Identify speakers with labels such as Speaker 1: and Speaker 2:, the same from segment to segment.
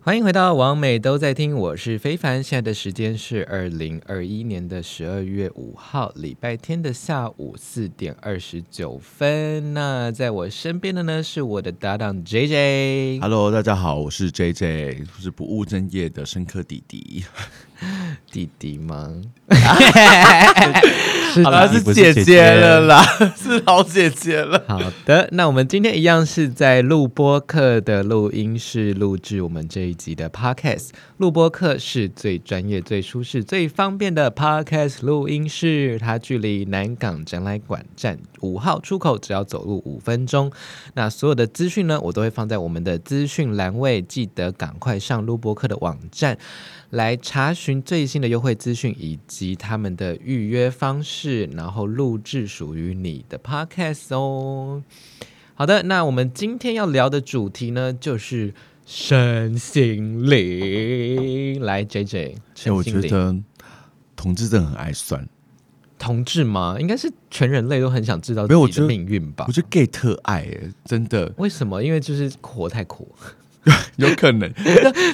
Speaker 1: 欢迎回到王美都在听，我是非凡。现在的时间是二零二一年的十二月五号礼拜天的下午四点二十九分。那在我身边的呢是我的搭档 J J。
Speaker 2: Hello，大家好，我是 JJ，我是不务正业的深刻弟弟。
Speaker 1: 弟弟吗？
Speaker 3: 是
Speaker 2: 好了，
Speaker 3: 弟弟
Speaker 2: 是
Speaker 3: 不
Speaker 2: 姐
Speaker 3: 姐
Speaker 2: 姐了。 啦，是老姐姐了。
Speaker 1: 好的，那我们今天一样是在录播课的录音室录制我们这一集的 podcast。录播课是最专业、最舒适、最方便的 podcast 录音室，它距离南港展览馆站五号出口只要走路五分钟。那所有的资讯呢，我都会放在我们的资讯栏位，记得赶快上录播课的网站来查询最新的优惠资讯以及他们的预约方式，然后录制属于你的 podcast 哦。好的，那我们今天要聊的主题呢，就是身心灵。来，J J，
Speaker 2: 哎，
Speaker 1: 身
Speaker 2: 我
Speaker 1: 心
Speaker 2: 觉
Speaker 1: 灵，
Speaker 2: 得同志真的很爱算，
Speaker 1: 同志吗？应该是全人类都很想知道
Speaker 2: 没有
Speaker 1: 自
Speaker 2: 我
Speaker 1: 己
Speaker 2: 觉
Speaker 1: 的
Speaker 2: 得
Speaker 1: 命运吧
Speaker 2: 我？觉得 gay 特爱、欸，真的
Speaker 1: 为什么？因为就是活太苦，
Speaker 2: 有可 能。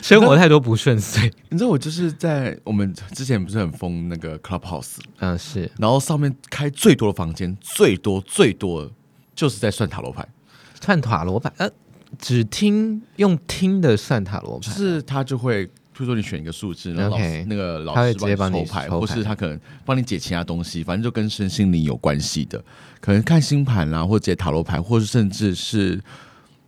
Speaker 1: 生活太多不顺遂。
Speaker 2: 你知道我就是在我们之前不是很疯那个 Clubhouse，
Speaker 1: 嗯，是
Speaker 2: 然后上面开最多的房间，最多最多的就是在算塔罗牌，
Speaker 1: 算塔罗牌，呃，只听用听的算塔罗牌
Speaker 2: 就，是他就会。比如说你选一个数字，然后老师
Speaker 1: OK
Speaker 2: 那个老
Speaker 1: 他会
Speaker 2: 师
Speaker 1: 直接帮你
Speaker 2: 抽牌，
Speaker 1: 抽
Speaker 2: 或
Speaker 1: 牌
Speaker 2: 是他可能帮你解其他东西，反正就跟身心灵有关系的，可能看星盘啦、或者解塔罗牌，或是甚至是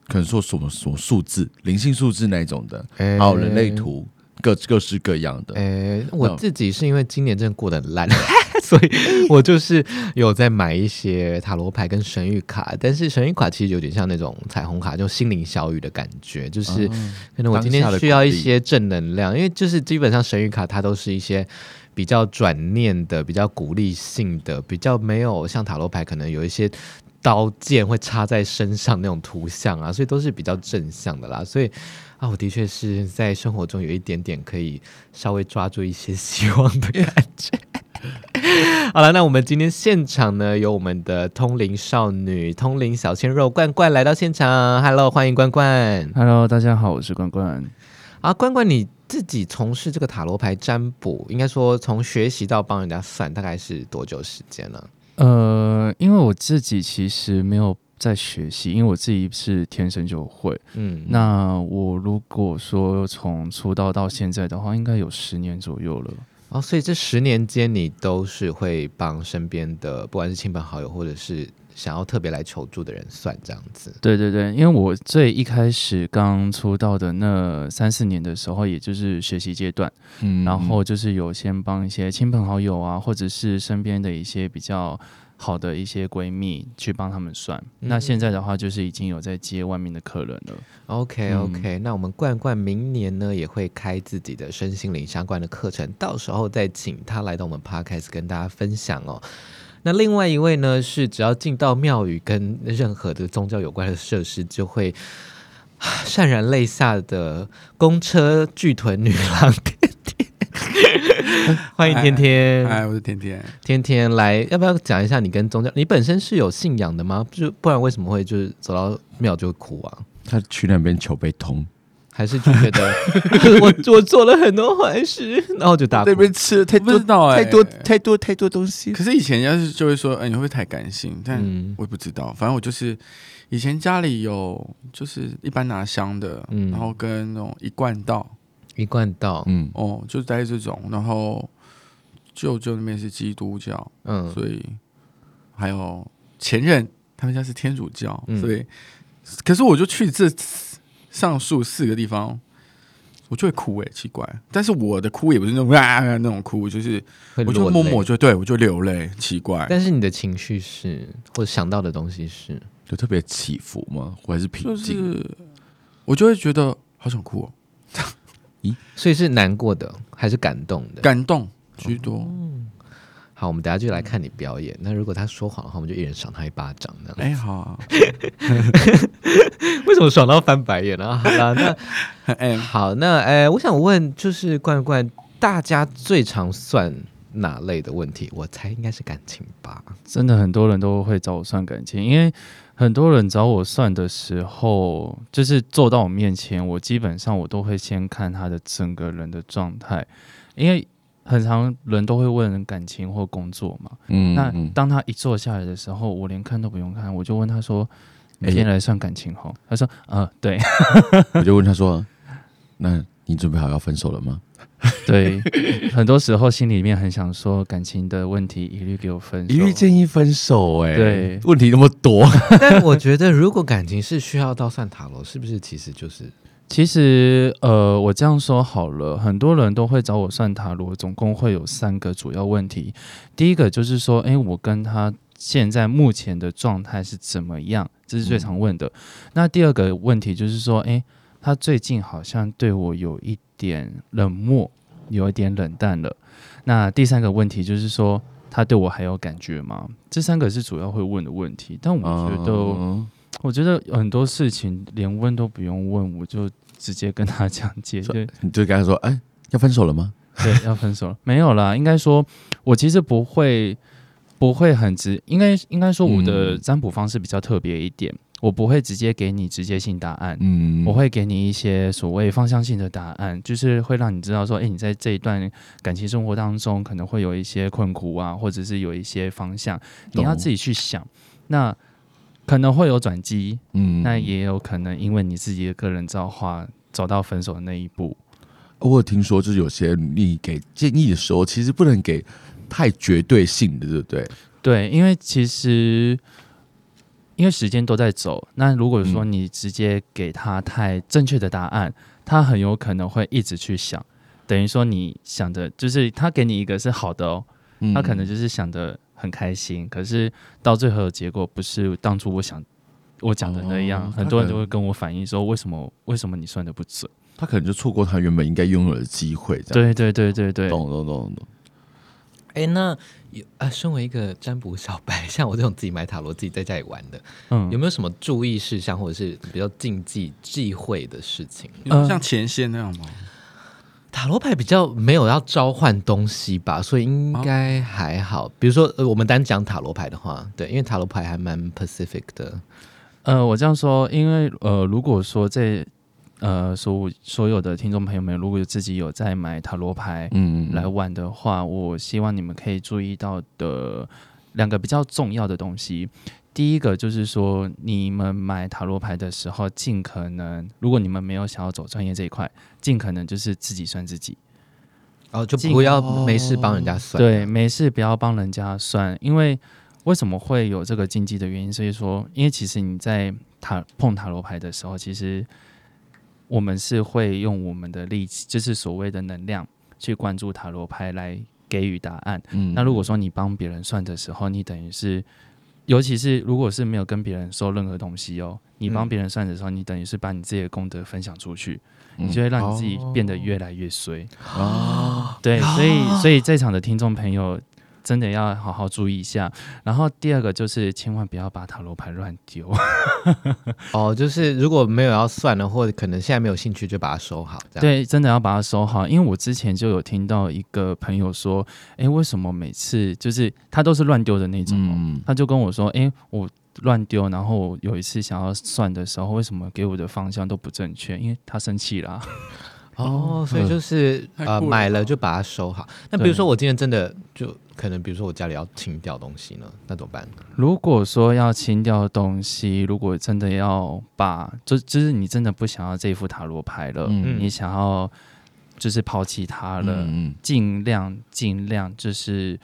Speaker 2: 可能说什么什么数字、灵性数字那一种的，
Speaker 1: 哎
Speaker 2: 还有人类图，各各式各样的。
Speaker 1: 诶、哎我自己是因为今年真的过得很烂，所以我就是有在买一些塔罗牌跟神谕卡，但是神谕卡其实有点像那种彩虹卡，就心灵小雨的感觉，
Speaker 2: 哦啊
Speaker 1: 就是可能我今
Speaker 2: 当下
Speaker 1: 天
Speaker 2: 的
Speaker 1: 需要一
Speaker 2: 鼓励
Speaker 1: 些正能量，因为就是基本上神谕卡它都是一些。比较转念的，比较鼓励性的，比较没有像塔罗牌可能有一些刀剑会插在身上那种图像啊，所以都是比较正向的啦。所以啊，我的确是在生活中有一点点可以稍微抓住一些希望的感觉。 好了，那我们今天现场呢，有我们的通灵少女、通灵小鲜肉罐罐来到现场，Hello，欢迎罐罐
Speaker 3: Hello，大家好，我是关关。
Speaker 1: 啊，罐罐你自己从事这个塔罗牌占卜，应该说从学习到帮人家算，大概是多久时间呢？
Speaker 3: 呃，因为我自己其实没有在学习，因为我自己是天生就会。
Speaker 1: 嗯，
Speaker 3: 那我如果说从出道到现在的话，应该有十年左右了。
Speaker 1: 哦，所以这十年间你都是会帮身边的，不管是亲朋好友，或者是想要特别来求助的人算这样子。
Speaker 3: 对对对，因为我最一开始刚出道的那三四年的时候，也就是学习阶段，
Speaker 2: 嗯
Speaker 3: 然后就是有先帮一些亲朋好友啊，或者是身边的一些比较好的一些闺蜜去帮他们算。
Speaker 2: 嗯
Speaker 3: 那现在的话，就是已经有在接外面的客人了。
Speaker 1: OK
Speaker 3: 嗯
Speaker 1: OK，、那我们罐罐明年呢也会开自己的身心灵相关的课程，到时候再请他来到我们 Podcast 跟大家分享哦。那另外一位呢是只要进到庙宇跟任何的宗教有关的设施，就会啊潸然泪下的公车巨臀女郎天天， 欢迎天天。
Speaker 4: 哎，我是甜甜，
Speaker 1: 天天来，要不要讲一下你跟宗教？你本身是有信仰的吗？就不然为什么会就是走到庙就哭啊？
Speaker 2: 他去那边求被通，
Speaker 1: 还是就觉得 我我做了很多坏事，然后就大哭
Speaker 2: 那。边吃了太
Speaker 4: 不
Speaker 2: 多
Speaker 4: 知道哎、
Speaker 2: 太多太多太多东西。
Speaker 4: 可是以前人家是就会说，哎、你会不会太感性？但
Speaker 1: 嗯
Speaker 4: 我也不知道，反正我就是以前家里有就是一般拿香的，
Speaker 1: 嗯
Speaker 4: 然后跟那种一贯道，
Speaker 1: 一贯道，
Speaker 2: 嗯，
Speaker 4: 哦，就带这种，然后舅舅那边是基督教，
Speaker 1: 嗯，
Speaker 4: 所以还有前任他们家是天主教，
Speaker 1: 嗯
Speaker 4: 所以可是我就去这上述四个地方。我就会哭哎、奇怪，但是我的哭也不是那种啊那种哭，就是
Speaker 1: 会
Speaker 4: 我就
Speaker 1: 落
Speaker 4: 默
Speaker 1: 泪
Speaker 4: 默就对我就流泪，奇怪，
Speaker 1: 但是你的情绪是，或者想到的东西是，
Speaker 2: 有特别起伏吗？我还是平
Speaker 4: 就
Speaker 2: 静？
Speaker 4: 是我就会觉得好想哭、哦，
Speaker 1: 所以是难过的还是感动的？
Speaker 4: 感动居多。
Speaker 1: 嗯好，我们等下就来看你表演。那如果他说谎的话，我们就一人赏他一巴掌。这样
Speaker 4: 哎、好、 啊，
Speaker 1: 为什么爽到翻白眼呢、啊？好啦， 那
Speaker 2: 嗯
Speaker 4: 哎、
Speaker 1: 好，那呃，我想问，就是冠冠，大家最常算哪类的问题？我猜应该是感情吧。
Speaker 3: 真的很多人都会找我算感情，因为很多人找我算的时候，就是坐到我面前，我基本上我都会先看他的整个人的状态，因为很常人都会问感情或工作嘛。
Speaker 2: 嗯
Speaker 3: 那
Speaker 2: 嗯
Speaker 3: 当他一坐下来的时候，我连看都不用看，我就问他说：“你
Speaker 2: 哎
Speaker 3: 今天来算感情吼？”他说：“呃，对
Speaker 2: 我就问他说：“那你准备好要分手了吗
Speaker 3: 对。” 很多时候心里面很想说，感情的问题一律给我分？”手。
Speaker 2: 一律建议分手、哎，
Speaker 3: 对
Speaker 2: 问题那么 多，
Speaker 1: 但 我觉得，如果感情是需要到算塔罗，是不是其实就是
Speaker 3: 其实，呃，我这样说好了，很多人都会找我算塔罗，总共会有三个主要问题。第一个就是说，诶，我跟他现在目前的状态是怎么样？这是最常问的。那第二个问题就是说，诶，他最近好像对我有一点冷漠，有一点冷淡了。那第三个问题就是说，他对我还有感觉吗？这三个是主要会问的问题，但我觉得。
Speaker 2: 嗯
Speaker 3: 我觉得很多事情连问都不用问，我就直接跟他讲解，
Speaker 2: 是
Speaker 3: 对
Speaker 2: 你就跟他说：“哎、要分手了吗
Speaker 3: 对，要分手了，没有啦。应该说，我其实不会不会很直，应该应该说我的
Speaker 2: 嗯
Speaker 3: 占卜方式比较特别一点，我不会直接给你直接性答案？”，
Speaker 2: 嗯
Speaker 3: 我会给你一些所谓方向性的答案，就是会让你知道说，诶，你在这一段感情生活当中可能会有一些困苦啊，或者是有一些方向，你要
Speaker 2: 懂
Speaker 3: 自己去想。那可能会有转机，
Speaker 2: 嗯
Speaker 3: 那也有可能因为你自己的个人造化走到分手的那一步。
Speaker 2: 我有听说，就是有些你给建议的时候，其实不能给太绝对性的，对不对？
Speaker 3: 对，因为其实因为时间都在走，那如果说
Speaker 2: 嗯
Speaker 3: 你直接给他太正确的答案，他很有可能会一直去想，等于说你想的就是他给你一个是好的哦，
Speaker 2: 嗯
Speaker 3: 他可能就是想的很开心，可是到最后的结果不是当初我想。我讲的那样，
Speaker 2: 哦
Speaker 3: 很多人
Speaker 2: 他可能
Speaker 3: 都会跟我反映说，为什么为什么你算的不准？
Speaker 2: 他可能就错过他原本应该拥有的机会，这样
Speaker 3: 对对对对对，
Speaker 2: 懂懂懂懂。
Speaker 1: 哎，那有啊，身为一个占卜小白，像我这种自己买塔罗、自己在家里玩的，
Speaker 3: 嗯
Speaker 1: 有没有什么注意事项，或者是比较禁忌忌讳的事情？
Speaker 4: 你说
Speaker 3: 呃
Speaker 4: 像前线那样吗？
Speaker 1: 塔罗牌比较没有要召唤东西吧，所以应该还好。比如说，呃，我们单讲塔罗牌的话，对，因为塔罗牌还蛮 Pacific 的，
Speaker 3: 呃，我这样说，因为呃，如果说这呃所所有的听众朋友们，如果有自己有在买塔罗牌
Speaker 2: 嗯，
Speaker 3: 来玩的话，我希望你们可以注意到的两个比较重要的东西。第一个就是说，你们买塔罗牌的时候，尽可能，如果你们没有想要走专业这一块，尽可能就是自己算自己。
Speaker 1: 然后哦就
Speaker 3: 尽
Speaker 1: 不要没事帮人家算。
Speaker 3: 对，没事，不要帮人家算，因为为什么会有这个禁忌的原因？所以说，因为其实你在塔碰塔罗牌的时候，其实我们是会用我们的力气，就是所谓的能量，去关注塔罗牌来给予答案。
Speaker 2: 嗯
Speaker 3: 那如果说你帮别人算的时候，你等于是，尤其是如果是没有跟别人收任何东西哦，你帮
Speaker 1: 嗯
Speaker 3: 别人算的时候，你等于是把你自己的功德分享出去，
Speaker 2: 嗯
Speaker 3: 你就会让你自己变得越来越衰。
Speaker 2: 啊，
Speaker 3: 对，所以所以这场的听众朋友真的要好好注意一下。然后第二个就是千万不要把塔罗牌乱 丢。
Speaker 1: 哦，就是如果没有要算的，或者可能现在没有兴趣，就把它收好。这样，
Speaker 3: 对，真的要把它收好，因为我之前就有听到一个朋友说，诶，为什么每次就是他都是乱丢的那种哦、
Speaker 2: 嗯
Speaker 3: 他就跟我说，诶，我乱丢，然后我有一次想要算的时候，为什么给我的方向都不正确？因为他生气啦、
Speaker 1: 哦，所以就是、
Speaker 4: 太
Speaker 1: 呃，
Speaker 4: 酷了
Speaker 1: 买了
Speaker 4: 吧
Speaker 1: 就把它收好。那
Speaker 3: 对
Speaker 1: 比如说我今天真的就可能，比如说我家里要清掉东西呢，那怎么办？
Speaker 3: 如果说要清掉东西，如果真的要把，就就是你真的不想要这副塔罗牌了，
Speaker 2: 嗯
Speaker 3: 你想要就是抛弃它了，
Speaker 2: 嗯
Speaker 3: 尽量尽量就是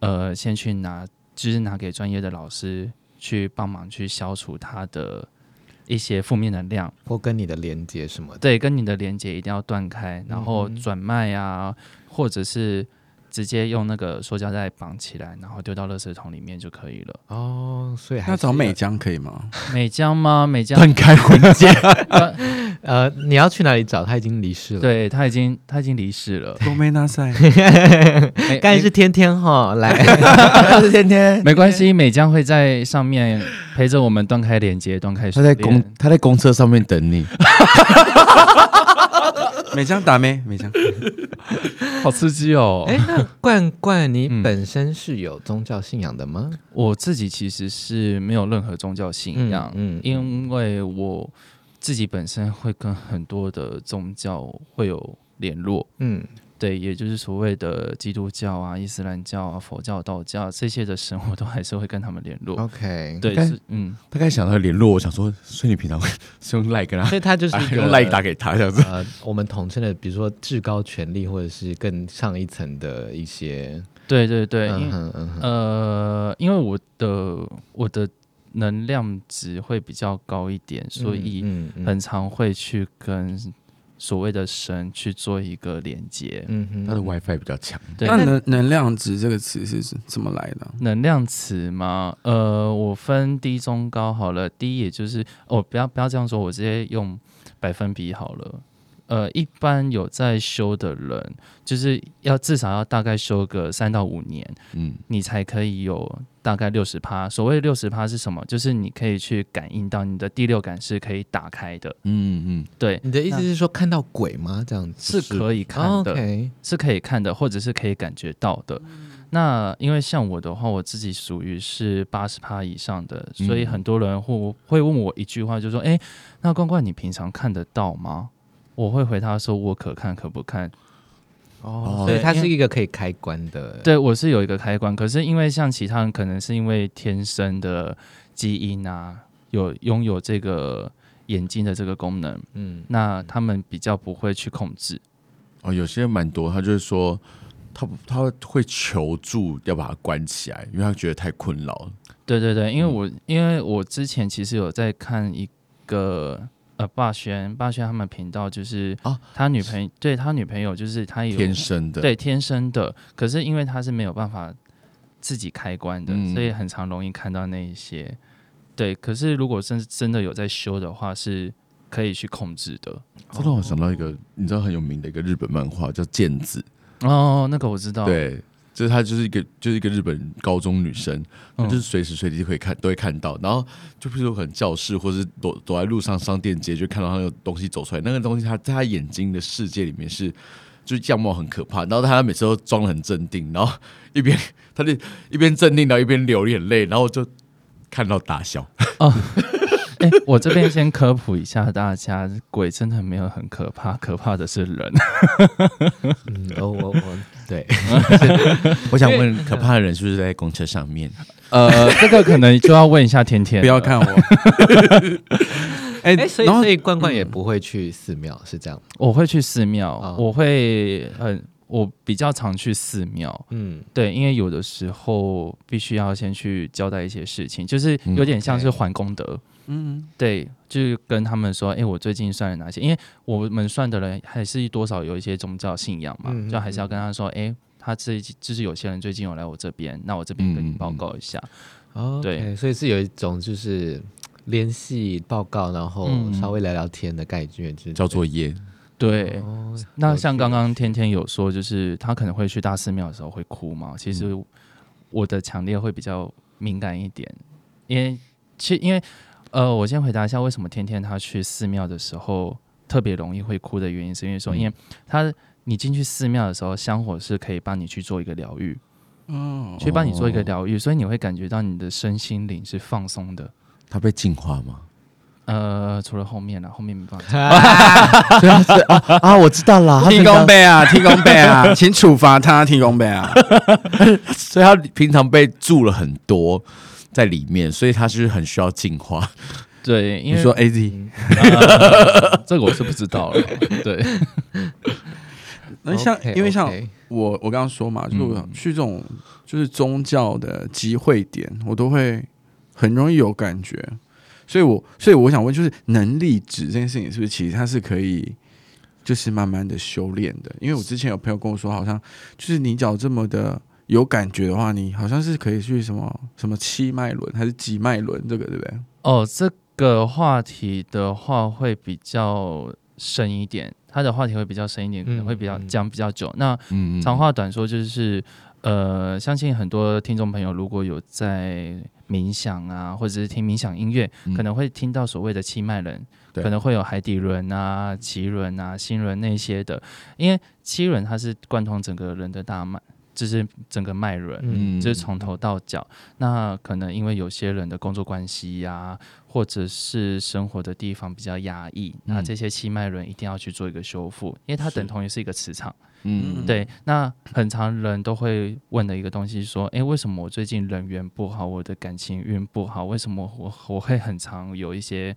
Speaker 3: 呃，先去拿，就是拿给专业的老师去帮忙去消除它的一些负面能量。
Speaker 1: 或跟你的连接什么的？
Speaker 3: 对，跟你的连接一定要断开，然后
Speaker 1: 嗯哼
Speaker 3: 转卖啊，或者是直接用那个塑胶袋绑起来，然后丢到垃圾桶里面就可以了。
Speaker 1: 哦，所以还
Speaker 4: 那
Speaker 1: 是
Speaker 4: 找美
Speaker 1: 要
Speaker 4: 江可以吗？，
Speaker 3: 美江吗？美江
Speaker 2: 断开婚戒，
Speaker 1: 呃，你要去哪里找？他已经离世了。
Speaker 3: 对他已经他已经离世了
Speaker 4: 多梅纳赛，
Speaker 3: 没
Speaker 1: 刚才是天天哈来，是天天
Speaker 3: 没没关系，美江会在上面陪着我们断开连接，断开
Speaker 2: 他在
Speaker 3: 锁链
Speaker 2: 公他在公车上面等你，
Speaker 4: 美香打咩？美香，
Speaker 3: 好刺激哦！
Speaker 1: 哎，那冠冠，你
Speaker 3: 嗯
Speaker 1: 本身是有宗教信仰的吗？
Speaker 3: 我自己其实是没有任何宗教信仰，
Speaker 1: 嗯嗯嗯
Speaker 3: 因为我自己本身会跟很多的宗教会有联络，
Speaker 1: 嗯，
Speaker 3: 对，也就是所谓的基督教啊、伊斯兰教啊、佛教、道教这些的神，我都还是会跟他们联络。
Speaker 1: 哦 OK，
Speaker 3: 对，
Speaker 2: OK
Speaker 3: 是嗯，
Speaker 2: 大概想到联络，我想说，所以你平常会是用 like 跟他
Speaker 1: 所以他就是
Speaker 2: 啊
Speaker 1: 一个
Speaker 2: 用 like 打给他这样子。
Speaker 1: 呃，我们统称的，比如说至高权力，或者是更上一层的一些，
Speaker 3: 对对对，因
Speaker 1: 嗯哼嗯哼，
Speaker 3: 呃，因为我的我的能量值会比较高一点，所以
Speaker 1: 嗯嗯
Speaker 3: 很常会去跟所谓的神去做一个连接。
Speaker 1: 嗯哼
Speaker 2: 他的 WiFi 比较强，
Speaker 3: 对
Speaker 4: 那能能量值这个词是怎么来的啊？
Speaker 3: 能量词吗？呃，我分低、中、高好了。低也就是哦，不要不要这样说，我直接用百分比好了。呃，一般有在修的人，就是要至少要大概修个三到五年，
Speaker 2: 嗯，
Speaker 3: 你才可以有大概六十趴。所谓六十趴是什么？就是你可以去感应到你的第六感是可以打开的，
Speaker 2: 嗯嗯，
Speaker 3: 对，
Speaker 1: 你的意思是说看到鬼吗？这样子哦
Speaker 3: 是可以看的。
Speaker 1: OK，
Speaker 3: 是可以看的，或者是可以感觉到的。那因为像我的话，我自己属于是八十趴以上的，
Speaker 2: 嗯
Speaker 3: 所以很多人会会问我一句话，就说：“哎、那冠冠你平常看得到吗？”我会回答说：“我可看可不看。
Speaker 1: 哦
Speaker 2: 哦，
Speaker 1: 所以它
Speaker 3: 因
Speaker 1: 是
Speaker 3: 为
Speaker 1: 一个可以开关的，
Speaker 3: 对我是有一个开关，可是因为像其他人，可能是因为天生的基因啊，有拥有这个眼睛的这个功能，
Speaker 1: 嗯，
Speaker 3: 那他们比较不会去控制。
Speaker 2: 哦，有些蛮多，他就是说，他不他会求助要把它关起来，因为他觉得太困扰了。
Speaker 3: 对对对，因为我、因为我之前其实有在看一个呃霸轩霸轩他们频道，就是
Speaker 2: 啊
Speaker 3: 他女朋友、对他女朋友就是他有
Speaker 2: 天生的，
Speaker 3: 对天生的，可是因为他是没有办法自己开关的，
Speaker 2: 嗯
Speaker 3: 所以很常容易看到那一些对。可是如果真真的有在修的话，是可以去控制的。
Speaker 2: 哦这让我想到一个，你知道很有名的一个日本漫画叫《剑子
Speaker 3: 哦，那个我知》，道，
Speaker 2: 对，就是她就是一个就是一个日本高中女生，她
Speaker 3: 嗯
Speaker 2: 就是随时随地可以看都会看到，然后就譬如说可能教室或是走走在路上商店街，就看到她有东西走出来，那个东西她在她眼睛的世界里面是。就是样貌很可怕，然后她每次都装得很镇定，然后一边她就一边镇定，然后一边流眼泪，然后就看到大笑。
Speaker 3: 哎、我这边先科普一下大家，鬼真的没有很可怕， 可怕的是人。
Speaker 1: 嗯，哦，我 我对，
Speaker 2: 我想 问，可怕的人是不是在公车上面？
Speaker 3: 呃， 这个可能就要问一下甜甜了，
Speaker 4: 不 要看我。哎
Speaker 1: 哎，所以
Speaker 4: 然后
Speaker 1: 所以冠冠也不会去寺庙，是这样吗，
Speaker 3: 我会去寺庙，
Speaker 1: 哦
Speaker 3: 我会很，我比较常去寺庙，
Speaker 1: 嗯，
Speaker 3: 对，因为有的时候必须要先去交代一些事情，就是
Speaker 1: 嗯
Speaker 3: 有点像是还功德，
Speaker 4: 嗯，
Speaker 3: 对，就是跟他们说，哎、我最近算了哪些？因为我们算的人还是多少有一些宗教信仰嘛，
Speaker 1: 嗯嗯
Speaker 3: 就还是要跟他说，哎、他这就是有些人最近有来我这边，那我这边跟你
Speaker 1: 嗯
Speaker 3: 报告一下。
Speaker 1: 哦，
Speaker 3: 对，
Speaker 1: 所以是有一种就是联系报告，然后
Speaker 3: 嗯
Speaker 1: 稍微聊聊天的感觉，就是
Speaker 2: 交作业，
Speaker 3: 对，
Speaker 1: 哦，
Speaker 3: 那像刚刚天天有说，就是他可能会去大寺庙的时候会哭嘛。其实我的强烈会比较敏感一点，因为其因为呃，我先回答一下为什么天天他去寺庙的时候特别容易会哭的原因，是因为说，
Speaker 2: 嗯
Speaker 3: 因为他你进去寺庙的时候，香火是可以帮你去做一个疗愈，
Speaker 4: 哦，
Speaker 3: 去帮你做一个疗愈，所以你会感觉到你的身心灵是放松的。
Speaker 2: 他被净化吗？
Speaker 3: 呃，除了后面啦，后面没办法讲。
Speaker 1: 哦
Speaker 2: 啊，我知道啦，他
Speaker 4: 提
Speaker 2: 平
Speaker 4: 供
Speaker 2: 常，
Speaker 4: 杯啊，提供杯啊，请处罚他提供杯 啊。
Speaker 2: 所以他平常被住了很多在里面，所以他是很需要净化。
Speaker 3: 对，因
Speaker 4: 你
Speaker 3: 为
Speaker 4: 说 A
Speaker 1: 嗯
Speaker 4: Z，
Speaker 3: 呃 这个我是不知道了。对，
Speaker 4: 那像
Speaker 1: OK，
Speaker 4: 因为像
Speaker 1: OK
Speaker 4: 我我刚刚说嘛，就是我去这种就是宗教的集会点，我都会很容易有感觉。所以我所以我想问，就是能力值这件事情，是不是其实它是可以就是慢慢的修炼的？因为我之前有朋友跟我说，好像就是你只要这么的有感觉的话，你好像是可以去什么什么七脉轮还是几脉轮，这个对不对？
Speaker 3: 哦，这个话题的话会比较深一点，它的话题会比较深一点，可能会比较
Speaker 1: 嗯嗯
Speaker 3: 讲比较久。那
Speaker 2: 嗯
Speaker 3: 长话短说就是，呃，相信很多听众朋友如果有在冥想啊，或者是听冥想音乐，
Speaker 2: 嗯
Speaker 3: 可能会听到所谓的七脉人，
Speaker 2: 对
Speaker 3: 可能会有海底轮啊、脐轮啊、心轮那些的，因为脐轮它是贯通整个人的大脉，就是整个脉轮。
Speaker 1: 嗯
Speaker 3: 就是从头到脚。那可能因为有些人的工作关系呀、或者是生活的地方比较压抑，那这些气脉轮一定要去做一个修复，因为它
Speaker 2: 是
Speaker 3: 等同于是一个磁场。
Speaker 2: 嗯，
Speaker 3: 对，那很常人都会问的一个东西，说，诶，为什么我最近人缘不好，我的感情运不好，为什么我我会很常有一些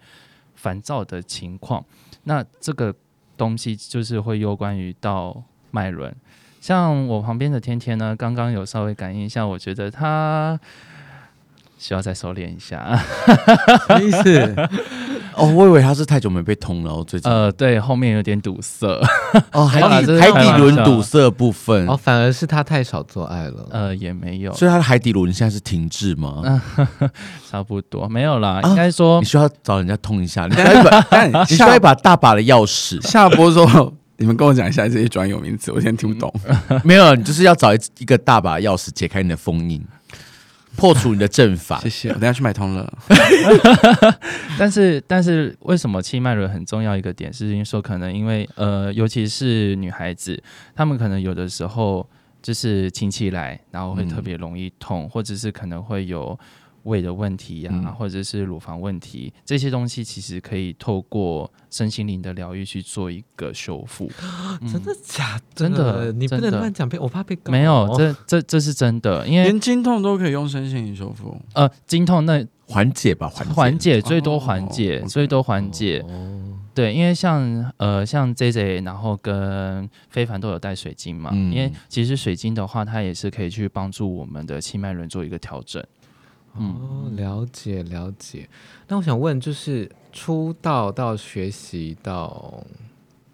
Speaker 3: 烦躁的情况？那这个东西就是会攸关于到脉轮。像我旁边的天天呢，刚刚有稍微感应一下，我觉得他需要再收敛一下。
Speaker 4: 什么意 思？
Speaker 2: 哦，我以为他是太久没被通了，我最 近
Speaker 3: 呃，对，后面有点堵塞，
Speaker 2: 哦，海
Speaker 3: 好啦这
Speaker 2: 底
Speaker 3: 是
Speaker 2: 海
Speaker 3: 开
Speaker 2: 底
Speaker 3: 玩
Speaker 2: 轮
Speaker 3: 笑
Speaker 2: 堵塞的部分
Speaker 1: 哦，，反而是他太少做爱了。
Speaker 3: 呃，也没有，
Speaker 2: 所以他的海底轮现在是停滞吗？
Speaker 3: 嗯差不多没有
Speaker 2: 啊
Speaker 3: 啦，应该说
Speaker 2: 你需要找人家通一 下，你需要一把，
Speaker 4: 但
Speaker 2: 你需要
Speaker 4: 下。
Speaker 2: 一把大把的钥匙
Speaker 4: 下播之后，你们跟我讲一下这些专有名词，我现在听不懂。
Speaker 2: 没有，你就是要找一一个大把的钥匙解开你的封印，破除你的阵法
Speaker 4: 谢。谢，我等下去买通了。
Speaker 3: 但是，但是为什么气脉轮很重要一个点，是因为说可能因为呃，尤其是女孩子，她们可能有的时候就是亲戚来，然后会
Speaker 2: 嗯
Speaker 3: 特别容易痛，或者是可能会有胃的问题呀、
Speaker 2: 嗯
Speaker 3: 或者是乳房问题，这些东西其实可以透过身心灵的疗愈去做一个修复。
Speaker 1: 啊真的假的？
Speaker 3: 真的
Speaker 1: 你不能
Speaker 3: 真的
Speaker 1: 乱讲，被我怕被告。哦
Speaker 3: 没有，这这这是真的，因为
Speaker 4: 连经痛都可以用身心灵修复，
Speaker 3: 呃，经痛那
Speaker 2: 缓解吧，缓解
Speaker 3: 缓解最多缓
Speaker 4: 哦
Speaker 3: 解
Speaker 4: ，OK。
Speaker 3: 最多缓解，
Speaker 1: 哦，
Speaker 3: 对，因为像呃像 J J，然后跟非凡都有带水晶嘛，
Speaker 2: 嗯
Speaker 3: 因为其实水晶的话，它也是可以去帮助我们的气脉轮做一个调整。嗯，
Speaker 1: 哦，了解了解。那我想问，就是出道到学习到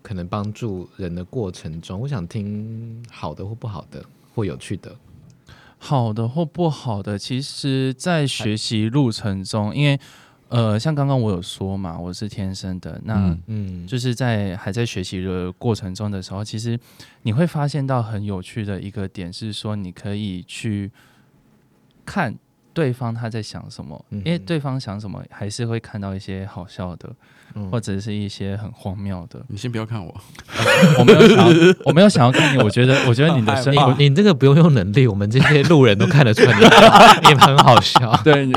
Speaker 1: 可能帮助人的过程中，我想听好的或不好的或有趣的。
Speaker 3: 好的或不好的，其实在学习路程中，因为呃像刚刚我有说嘛，我是天生的，那
Speaker 2: 嗯
Speaker 1: 嗯，
Speaker 3: 就是在还在学习的过程中的时候，其实你会发现到很有趣的一个点是说，你可以去看对方他在想什么，
Speaker 1: 嗯哼
Speaker 3: 因为对方想什么，还是会看到一些好笑的，
Speaker 1: 嗯
Speaker 3: 或者是一些很荒谬的
Speaker 4: 你先不要看 我，
Speaker 3: 我没有想要，我没有想要看你，我觉得，我觉得你的声音，
Speaker 4: 好害
Speaker 1: 你你这个不用用能力，我们这些路人都看得出来你，你很好笑。
Speaker 3: 对，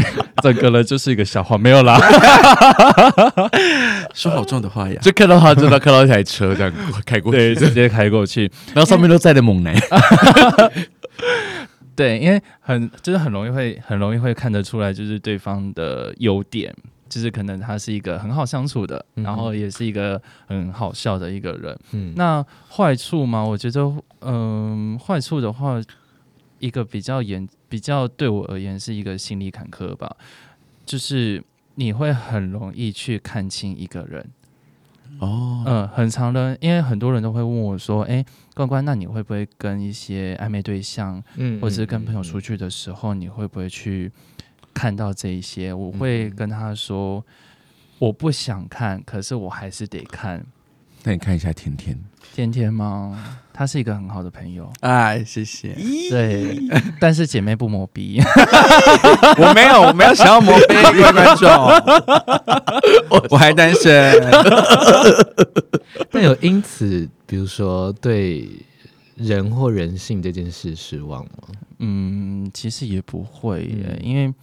Speaker 3: 整个人就是一个笑话，没有啦。
Speaker 4: 说好重的话呀。
Speaker 2: 就看到他，真的看到一台车这样开过去，
Speaker 3: 对，直接开过去。
Speaker 2: 然后上面都载着猛男，
Speaker 3: 对，因为很就是很容易会很容易会看得出来，就是对方的优点，就是可能他是一个很好相处的，
Speaker 1: 嗯
Speaker 3: 然后也是一个很好笑的一个人。
Speaker 1: 嗯，
Speaker 3: 那坏处嘛，我觉得，嗯、坏处的话，一个比较严，比较对我而言是一个心理坎坷吧，就是你会很容易去看清一个人。
Speaker 2: 哦，
Speaker 3: 嗯，很常人，因为很多人都会问我说：“哎、关关，那你会不会跟一些暧昧对象
Speaker 1: 嗯
Speaker 3: 或者是跟朋友出
Speaker 1: 去，
Speaker 3: 去的时候，你会不会去看到这一些？我会
Speaker 1: 嗯
Speaker 3: 跟他说，我不想看，可是我还是得看。
Speaker 2: 那你看一下甜甜，
Speaker 3: 天天吗？他是一个很好的朋友，
Speaker 4: 哎，谢谢。
Speaker 3: 对，但是姐妹不磨逼。
Speaker 4: 我没有，我没有想要磨飞各位观众，哦
Speaker 2: 哦
Speaker 4: 我还单身。
Speaker 1: 但有因此，比如说对人或人性这件事失望吗？
Speaker 3: 嗯，其实也不会耶，
Speaker 1: 嗯
Speaker 3: 因为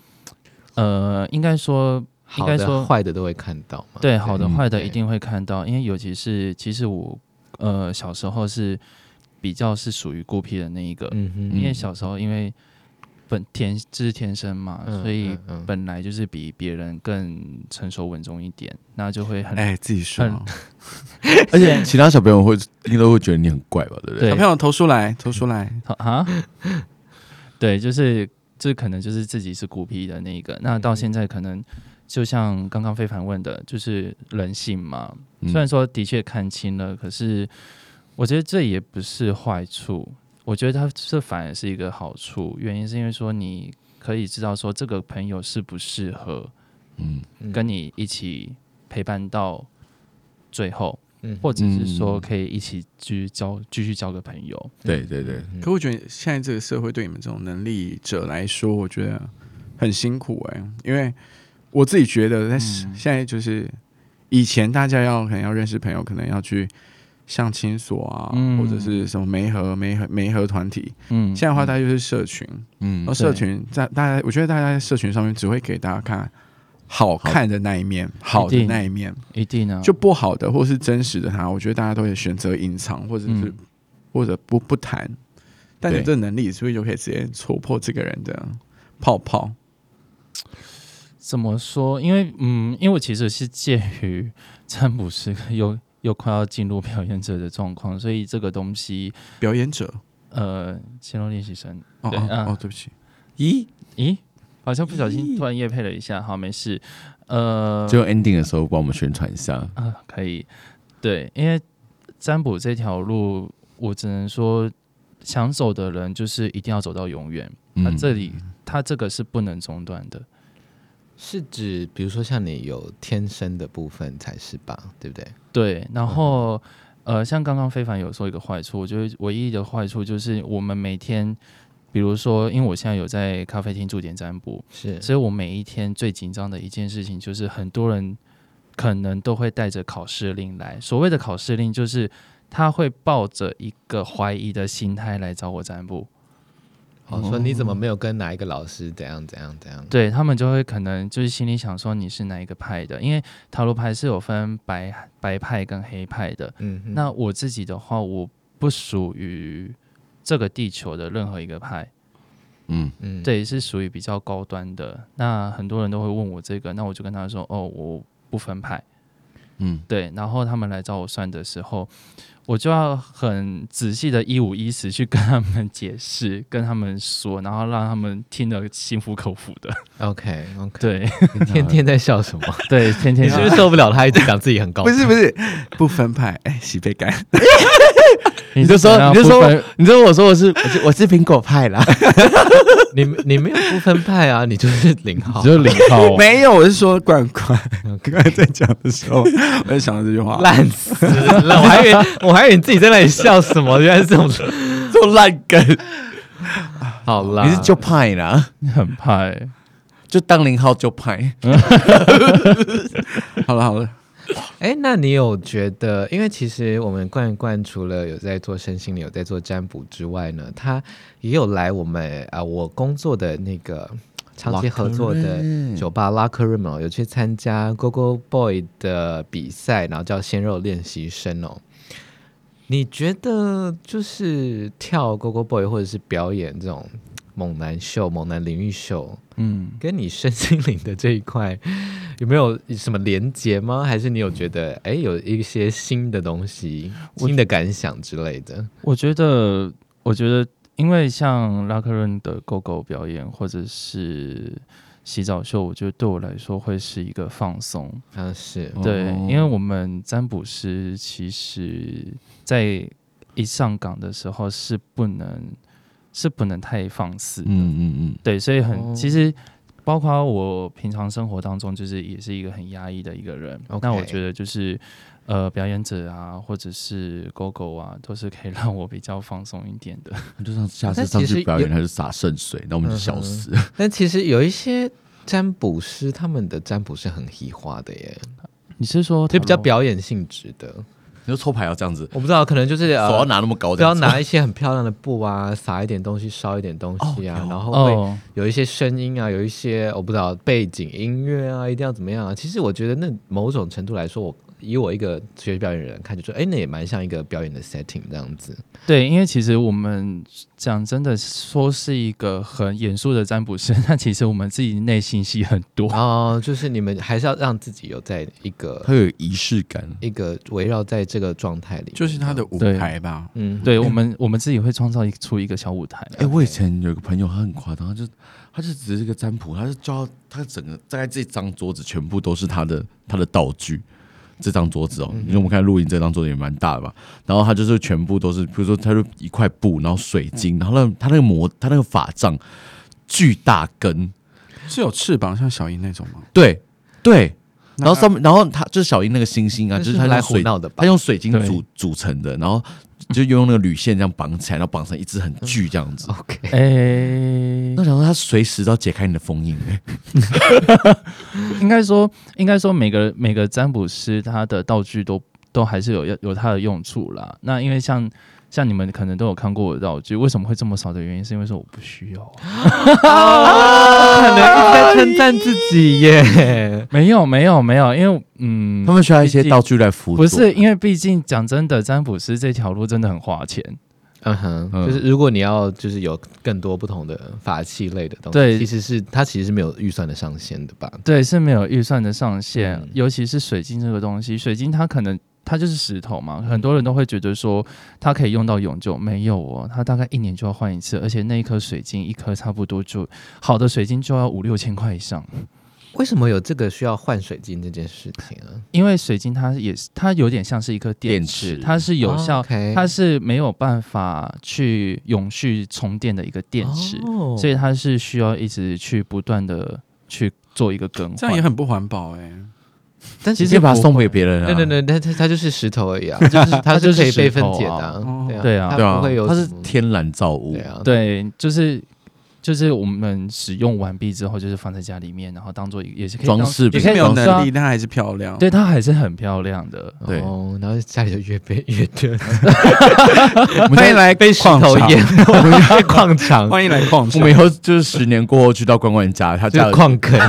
Speaker 3: 呃，应该说，应
Speaker 1: 好
Speaker 3: 该
Speaker 1: 的、
Speaker 3: 说，
Speaker 1: 坏的都会看到嘛。
Speaker 3: 对，好的
Speaker 2: 嗯
Speaker 3: 坏的
Speaker 1: 对
Speaker 3: 一定会看到，因为尤其是其实我呃小时候是比较是属于孤僻的那一个，
Speaker 1: 嗯哼，
Speaker 3: 因为小时候因为本天这是天生嘛，
Speaker 1: 嗯
Speaker 3: 啊所以
Speaker 1: 嗯嗯
Speaker 3: 本来就是比别人更成熟稳重一点，那就会很、
Speaker 4: 哎，自己说。
Speaker 3: 嗯
Speaker 4: 小
Speaker 2: 而且其他小朋友会应该都会觉得你很怪吧，对不对？
Speaker 3: 对
Speaker 4: 朋友投出来，投出来。
Speaker 3: 啊， 对，就是这可能就是自己是孤僻的那一个，那到现在可能。就像刚刚非凡问的，就是人性嘛。
Speaker 2: 嗯
Speaker 3: 虽然说的确看清了，可是我觉得这也不是坏处，我觉得它这反而是一个好处。原因是因为说你可以知道说这个朋友适不适合，
Speaker 2: 嗯，
Speaker 3: 跟你一起陪伴到最后，
Speaker 1: 嗯
Speaker 3: 或者是说可以一起继续交继续交个朋友。
Speaker 2: 对对对，
Speaker 1: 嗯
Speaker 4: 可我觉得现在这个社会对你们这种能力者来说，我觉嗯得很辛苦哎、因为我自己觉得，但是现在就是以前大家要可能要认识朋友，可能要去相亲所啊，
Speaker 3: 嗯
Speaker 4: 或者是什么媒合、媒合、媒合团体。
Speaker 3: 嗯，
Speaker 4: 现在的话，大家就是社群，
Speaker 2: 嗯
Speaker 4: 然后社群在大家，我觉得大家在社群上面只会给大家看好看的那一面，好
Speaker 3: 一
Speaker 4: 的
Speaker 3: 定
Speaker 4: 那一面，
Speaker 3: 一定啊，
Speaker 4: 就不好的或是真实的他，我觉得大家都会选择隐藏，或者是、
Speaker 3: 嗯
Speaker 4: 或者不不谈。但你
Speaker 2: 对
Speaker 4: 这能力是不是就可以直接戳破这个人的泡泡？
Speaker 3: 怎么说？因为嗯，因为我其实是介于 占卜师跟又又快要进入表演者的状况，所以这个东西
Speaker 4: 表演者？
Speaker 3: 呃，先入练习生，
Speaker 4: 哦
Speaker 3: 对
Speaker 4: 哦、
Speaker 3: 啊
Speaker 4: 哦，对不起，
Speaker 2: 咦，
Speaker 3: 咦，好像不小心突然夜配了一下，好，没事，呃，
Speaker 2: 就 ending 的时候帮我们宣传一下。
Speaker 3: 啊、可以，对，因为占卜这条路，我只能说，想走的人就是一定要走到永远。那、
Speaker 2: 嗯
Speaker 3: 这里，他这个是不能中断的。
Speaker 1: 是指比如说像你有天生的部分才是吧，对不对？
Speaker 3: 对，然后、呃，像刚刚非凡有说一个坏处，我觉得唯一的坏处就是我们每天，比如说，因为我现在有在咖啡厅驻点占卜，
Speaker 1: 是
Speaker 3: 所以我每一天最紧张的一件事情就是很多人可能都会带着考试令来。所谓的考试令，就是他会抱着一个怀疑的心态来找我占卜，
Speaker 1: 哦，说你怎么没有跟哪一个老师怎样怎样怎样？
Speaker 3: 对他们就会可能就是心里想说你是哪一个派的，因为塔罗牌是有分白白派跟黑派的。
Speaker 1: 嗯哼，
Speaker 3: 那我自己的话，我不属于这个地球的任何一个派，
Speaker 2: 嗯，
Speaker 1: 嗯，
Speaker 3: 这也是属于比较高端的。那很多人都会问我这个，那我就跟他说，哦，我不分派。
Speaker 2: 嗯
Speaker 3: 对，然后他们来找我算的时候，我就要很仔细的一五一十去跟他们解释，跟他们说，然后让他们听得心服口服的。
Speaker 1: OK OK，
Speaker 3: 对
Speaker 1: 你天天在笑什么？
Speaker 3: 对，天天
Speaker 1: 你是不是受不了他一直讲自己很高？
Speaker 4: 不是不是，不分派，哎，洗杯干。
Speaker 3: 你
Speaker 2: 你就说
Speaker 3: 怎样
Speaker 2: 你就
Speaker 3: 不
Speaker 2: 说
Speaker 3: 分
Speaker 2: 你知道我说我是我是我是苹果派 啦，
Speaker 1: 你你没有不分派啊，你就是零号。
Speaker 2: 就零号
Speaker 3: 哦
Speaker 4: 没有，我是说罐 罐。刚才在讲的时候，我在想到这句话。
Speaker 1: 烂死了！ 我还以为我还以为你自己在那里笑什么，原来是这种。
Speaker 2: 做烂 梗，
Speaker 1: 好啦，
Speaker 2: 你是就派啦，
Speaker 3: 很怕、欸。
Speaker 2: 就当零号就派。
Speaker 4: 好了好了，
Speaker 1: 哎，那你有觉得，因为其实我们冠冠除了有在做身心灵、有在做占卜之外呢，他也有来我们啊、我工作的那个长期合作的
Speaker 2: Locker
Speaker 3: 嗯
Speaker 2: room
Speaker 1: 酒吧 Locker Room 哦有去参加 Go Go Boy 的比赛，然后叫鲜肉练习生哦。你觉得就是跳 Go Go Boy 或者是表演这种猛男秀、猛男领域秀，
Speaker 3: 嗯，
Speaker 1: 跟你身心灵的这一块 有没有什么连结吗？还是你有觉得哎、诶有一些新的东西、
Speaker 3: 嗯我
Speaker 1: 新的感想之类的？
Speaker 3: 我觉得，我觉得，因为像拉克润的狗狗表演或者是洗澡秀，我觉得对我来说会是一个放松。
Speaker 1: 好像啊是
Speaker 3: 对，
Speaker 2: 哦
Speaker 3: 因为我们占卜师其实，在一上岗的时候是不能是不能太放肆的，
Speaker 2: 嗯嗯嗯，
Speaker 3: 对，所以很、
Speaker 1: 哦
Speaker 3: 其实包括我平常生活当中，就是也是一个很压抑的一个人。
Speaker 1: OK
Speaker 3: 那我觉得就是呃，表演者啊，或者是狗狗啊，都是可以让我比较放松一点的。
Speaker 2: 他就上下
Speaker 1: 但
Speaker 2: 次
Speaker 1: 其
Speaker 2: 上
Speaker 1: 实
Speaker 2: 去表演
Speaker 1: 有
Speaker 2: 他就洒圣水，然后我们就笑 死。
Speaker 1: 但其实有一些占卜师，他们的占卜是很黑化的耶，
Speaker 3: 你是说
Speaker 1: 哦就比较
Speaker 3: 塔罗
Speaker 1: 表演性质的。
Speaker 2: 你说抽牌要这样子，
Speaker 1: 我不知道，可能就是
Speaker 2: 手要
Speaker 1: 呃，
Speaker 2: 拿那么高
Speaker 1: 不
Speaker 2: 这样
Speaker 1: 要
Speaker 2: 子，
Speaker 1: 拿一些很漂亮的布啊，撒一点东西，烧一点东西啊，
Speaker 2: 哦有
Speaker 1: 然后会
Speaker 3: 哦，
Speaker 1: 有一些声音啊，有一些我不知道背景音乐啊，一定要怎么样啊？其实我觉得那某种程度来说，我以我一个学习表演人看，就说，哎，那也蛮像一个表演的 setting 这样子。
Speaker 3: 对，因为其实我们讲真的，说是一个很严肃的占卜师， 但其实我们自己内心戏很多。
Speaker 1: 然后哦就是你们还是要让自己有在一个
Speaker 2: 他有仪式感。
Speaker 1: 一个围绕在这个状态里，
Speaker 4: 就是他的，舞
Speaker 3: 对
Speaker 4: 台吧。
Speaker 1: 嗯，
Speaker 3: 对我们，我们自己会创造一出一个小舞台。
Speaker 2: 哎、我以前有个朋友，他很夸张，他就他就只是一个占卜，他就教他整个大概这张桌子全部都是他的他的道具。这张桌子哦，
Speaker 1: 嗯
Speaker 2: 因为我们看录影这张桌子也蛮大的嘛，然后他就是全部都是，比如说他就一块布，然后水
Speaker 1: 嗯
Speaker 2: 晶，然后那他那个魔他那个法杖巨大根，
Speaker 4: 是有翅膀像小樱那种吗？
Speaker 2: 对对，
Speaker 4: 那
Speaker 2: 然后上面然后他就是小樱那个星星啊，
Speaker 1: 那
Speaker 2: 就是是他
Speaker 1: 来
Speaker 2: 用
Speaker 1: 胡
Speaker 2: 水
Speaker 1: 闹的吧
Speaker 2: 它？用水晶
Speaker 3: 对
Speaker 2: 组组成的，然后就用那个铝线这样绑起来，然后绑成一只很巨这 样子。
Speaker 1: 哦 OK，
Speaker 3: 哎、
Speaker 2: 那然后他随时都要解开你的封印、欸，
Speaker 3: 嗯应该说，应该说每个每个占卜师他的道具都都还是有有它的用处啦。那因为像像你们可能都有看过我的道具，为什么会这么少的原因，是因为说我不需要。啊
Speaker 1: 可能在称赞自己耶。
Speaker 3: 没有没有没有，因为嗯，
Speaker 2: 他们需要一些道具来辅助。
Speaker 3: 不是因为毕竟讲真的，占卜师这条路真的很花钱。
Speaker 1: 嗯哼，
Speaker 2: 嗯
Speaker 1: 就是如果你要就是有更多不同的法器类的东西，
Speaker 3: 对
Speaker 1: 其实是它其实是没有预算的上限的吧？
Speaker 3: 对，是没有预算的上限，
Speaker 1: 嗯
Speaker 3: 尤其是水晶这个东西，水晶它可能它就是石头嘛，很多人都会觉得说它可以用到永久，没有哦，它大概一年就要换一次，而且那一颗水晶一颗差不多就好的水晶就要五六千块以上，
Speaker 1: 为什么有这个需要换水晶这件事情啊？
Speaker 3: 因为水晶它也是它有点像是一颗电
Speaker 2: 电
Speaker 3: 池，
Speaker 2: 池
Speaker 3: 它是有效，
Speaker 1: o k
Speaker 3: 它是没有办法去永续充电的一个电池，
Speaker 1: 哦
Speaker 3: 所以它是需要一直去不断的去做一个更换，
Speaker 4: 这样也很不环保哎、
Speaker 1: 但
Speaker 3: 其
Speaker 1: 其实
Speaker 3: 实
Speaker 2: 直接把它送给别人啊！
Speaker 1: 对对对，但它它就是石头而已啊，就是它
Speaker 3: 就是
Speaker 1: 可以被
Speaker 3: 石
Speaker 1: 分
Speaker 3: 头
Speaker 1: 解的
Speaker 3: 啊
Speaker 1: 啊，对啊，
Speaker 3: 对啊
Speaker 1: 它
Speaker 2: 对啊，
Speaker 1: 不会有
Speaker 2: 它是
Speaker 1: 什么
Speaker 2: 天然造物。
Speaker 1: 对啊，
Speaker 3: 对，就是就是我们使用完毕之后，就是放在家里面，然后当做也是可以当
Speaker 2: 装饰
Speaker 3: 也
Speaker 2: 品
Speaker 3: 可以
Speaker 4: 没有
Speaker 3: 当做
Speaker 4: 能力，，但还是漂亮。
Speaker 3: 对，它还是很漂 亮的。
Speaker 2: 对
Speaker 1: 哦，然后家里就越变越热，
Speaker 2: 我们
Speaker 4: 欢迎 来
Speaker 1: 被石
Speaker 4: 矿
Speaker 1: 头
Speaker 4: 场，
Speaker 1: 淹没，矿场，
Speaker 4: 欢迎来矿
Speaker 2: 我
Speaker 4: 场
Speaker 2: 们。以后就是十年过后去到关关家，他
Speaker 1: 就
Speaker 2: 家
Speaker 1: 是
Speaker 2: 有
Speaker 1: 矿坑，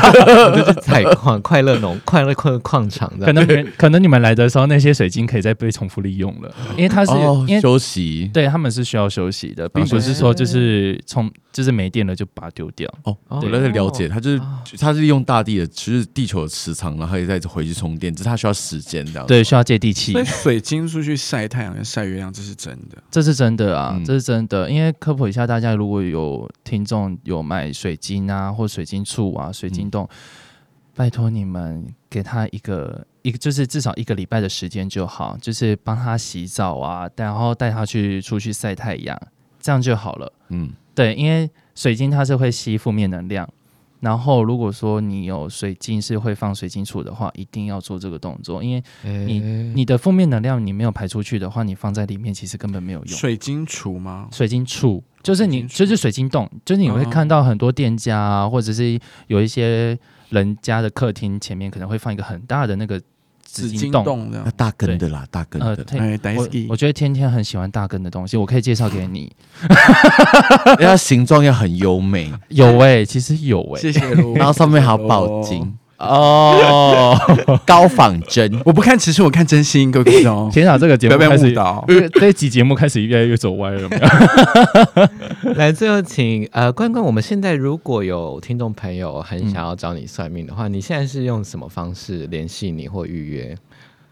Speaker 1: 就是采矿，快乐农，快乐矿矿场这
Speaker 3: 可
Speaker 1: 样。
Speaker 3: 能你们可能你们来的时候，那些水晶可以再被重复利用 了，因为它是、
Speaker 2: 哦
Speaker 3: 因为
Speaker 2: 休息。
Speaker 3: 对他们是需要休息的，并不是说就是充就是没电了就把它丢掉。
Speaker 2: 哦，
Speaker 1: 哦
Speaker 2: 我在这了解，他就是
Speaker 1: 哦
Speaker 2: 他是用大地的，就是地球的磁场，然后也再回去充电，只是他需要时间这样。
Speaker 3: 对，，需要接地气
Speaker 4: 所以，水晶出去晒太阳跟晒月亮，这是真的。
Speaker 3: 这是真的啊，
Speaker 2: 嗯
Speaker 3: 这是真的。因为科普一下，大家如果有听众有买水晶啊，或水晶醋啊、水晶冻，拜托你们给他一个一个，就是至少一个礼拜的时间就好，就是帮他洗澡啊，然后带他去出去晒太阳，这样就好了。
Speaker 2: 嗯，
Speaker 3: 对，因为水晶它是会吸负面能量，然后如果说你有水晶是会放水晶醋的话，一定要做这个动作，因为
Speaker 1: 你
Speaker 3: 你的负面能量你没有排出去的话，你放在里面其实根本没有用。
Speaker 4: 水晶杵吗？
Speaker 3: 水晶处，就是你
Speaker 4: 水晶处
Speaker 3: 就是水晶洞，就是你会
Speaker 4: 哦
Speaker 3: 看到很多店家啊，或者是有一些人家的客厅前面可能会放一个很大的那个
Speaker 4: 紫
Speaker 3: 紫
Speaker 4: 晶
Speaker 3: 晶洞。
Speaker 4: 洞这
Speaker 2: 那
Speaker 4: 样。
Speaker 2: 大根的啦，大根
Speaker 3: 呃，
Speaker 2: 的，
Speaker 3: 天
Speaker 4: 哎，大
Speaker 3: 我
Speaker 4: 意
Speaker 3: 我觉得天天很喜欢大根的东西，我可以介绍给 你。
Speaker 2: 而且它形状要很优美，
Speaker 3: 有哎、其实有哎、
Speaker 4: 谢谢 喽。
Speaker 2: 然后上面还有宝晶、
Speaker 3: 哦，，
Speaker 2: 高仿针。
Speaker 4: 我不看，其实我看真心，各位观 众
Speaker 3: 天啊哪，这个节
Speaker 4: 不要
Speaker 3: 目
Speaker 4: 被
Speaker 3: 开
Speaker 4: 误
Speaker 3: 始，
Speaker 4: 导。
Speaker 3: 这这一集节目开始越来越走歪了有没有。
Speaker 1: 来，最后请呃关关，我们现在如果有听众朋友很
Speaker 3: 嗯
Speaker 1: 想要找你算命的话，你现在是用什么方式联系你或预约？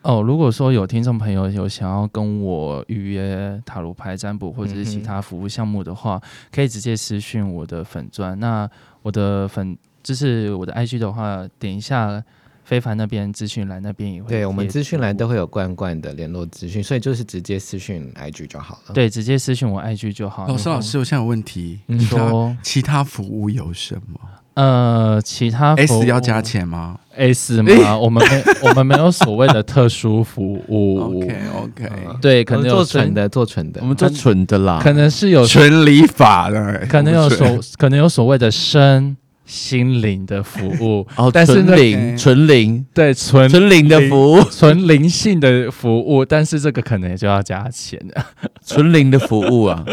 Speaker 3: 哦，如果说有听众朋友有想要跟我预约塔罗牌占卜或者
Speaker 1: 嗯
Speaker 3: 是其他服务项目的话，可以直接私讯我的粉钻。那我的粉就是我的 IG 的话，点一下非凡那边资讯栏那边也会贴
Speaker 1: 对
Speaker 3: 出。
Speaker 1: 我们资讯栏都会有关关的联络资讯，所以就是直接私讯 IG 就好了。
Speaker 3: 对，直接私讯我 IG 就好。
Speaker 4: 老师，
Speaker 3: 然后
Speaker 4: 哦老师，我现在有问题。
Speaker 1: 嗯
Speaker 3: 你
Speaker 4: 其他
Speaker 3: 说
Speaker 4: 其他服务有什么
Speaker 3: 呃，其他服务
Speaker 4: ？S 要加钱吗
Speaker 3: S 吗？我们没我们没有所谓的特殊服 务。
Speaker 4: 哦？OK OK，
Speaker 3: 对，可
Speaker 1: 我
Speaker 3: 能
Speaker 1: 们做
Speaker 3: 有身
Speaker 1: 蠢，的，做蠢的
Speaker 2: 我。们做纯的啦，
Speaker 3: 可能是有
Speaker 4: 纯理法
Speaker 2: 哎
Speaker 4: 的，
Speaker 3: 呃可能有
Speaker 4: 不是
Speaker 3: 所可能有所谓的身心灵的服务
Speaker 2: ，哦，
Speaker 3: 但是
Speaker 2: 纯
Speaker 3: 那
Speaker 2: 零纯零
Speaker 3: 对纯
Speaker 2: 纯零的服务，
Speaker 3: 纯灵性的服务，但是这个可能也就要加钱 了。
Speaker 2: 纯零的服务啊，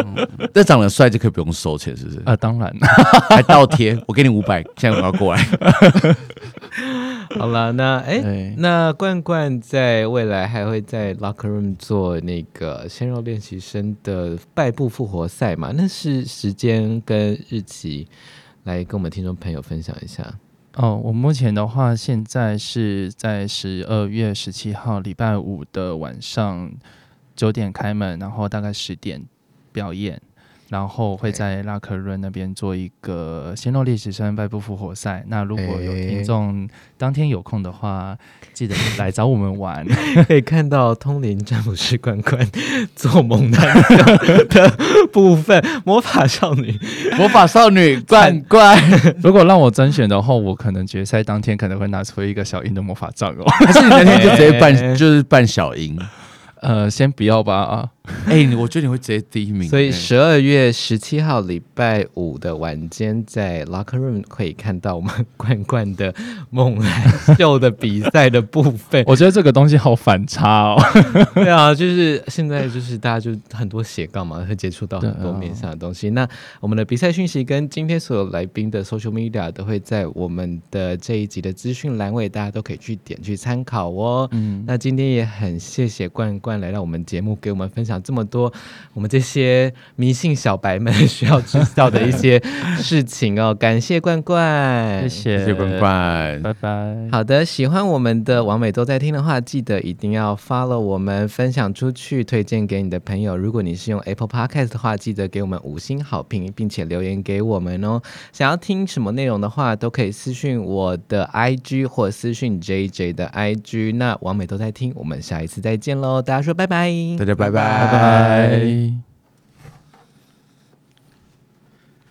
Speaker 2: 那长得帅就可以不用收钱，是不是？
Speaker 3: 啊，当然，
Speaker 2: 还倒贴，我给你五百，现在我要过来。
Speaker 1: 好了，那哎。
Speaker 3: 对，
Speaker 1: 那冠冠在未来还会在 Locker Room 做那个鲜肉练习生的败部复活赛嘛？那是时间跟日期，来跟我们听众朋友分享一下。
Speaker 3: 哦，我目前的话，现在是在十二月十七号礼拜五的晚上九点开门，然后大概十点表演，然后会在拉克润那边做一个鲜肉练习生外部复活赛。那如果有听众当天有空的话，记得来找我们玩。
Speaker 1: 可以看到通灵占卜师关关做梦难调的部分，魔法少女
Speaker 2: 魔法少女冠冠，
Speaker 3: 如果让我甄选的话，我可能决赛当天可能会拿出一个小樱的魔法杖哦。
Speaker 2: 还是你那天就直接
Speaker 1: 哎
Speaker 2: 扮，就是扮小樱，
Speaker 3: 呃，先不要吧啊，。
Speaker 2: 哎、你我觉得你会直接第一名，
Speaker 1: 所以
Speaker 2: 哎
Speaker 1: 十二月十七号礼拜五的晚间，在 Locker Room 可以看到我们冠冠的梦兰秀的比赛的部分
Speaker 3: 我觉得这个东西好反差哦。
Speaker 1: 对啊，就是现在就是大家就很多斜杠嘛，会接触到很多
Speaker 3: 对啊
Speaker 1: 面向的东西。那我们的比赛讯息跟今天所有来宾的 social media 都会在我们的这一集的资讯栏位，大家都可以去点去参考哦。
Speaker 3: 嗯，
Speaker 1: 那今天也很谢谢冠冠来到我们节目，给我们分享这么多我们这些迷信小白们需要知道的一些事情哦。感谢冠冠，
Speaker 3: 谢。谢，
Speaker 2: 谢谢关，关，
Speaker 3: 拜拜。
Speaker 1: 好的，喜欢我们的王美都在听的话，记得一定要 follow 我们，分享出去，推荐给你的朋友。如果你是用 Apple Podcast 的话，记得给我们五星好评，并且留言给我们哦。想要听什么内容的话，都可以私讯我的 IG 或私讯 JJ 的 IG。那王美都在听，我们下一次再见喽，大家说拜拜。
Speaker 2: 大家拜拜
Speaker 3: 拜拜。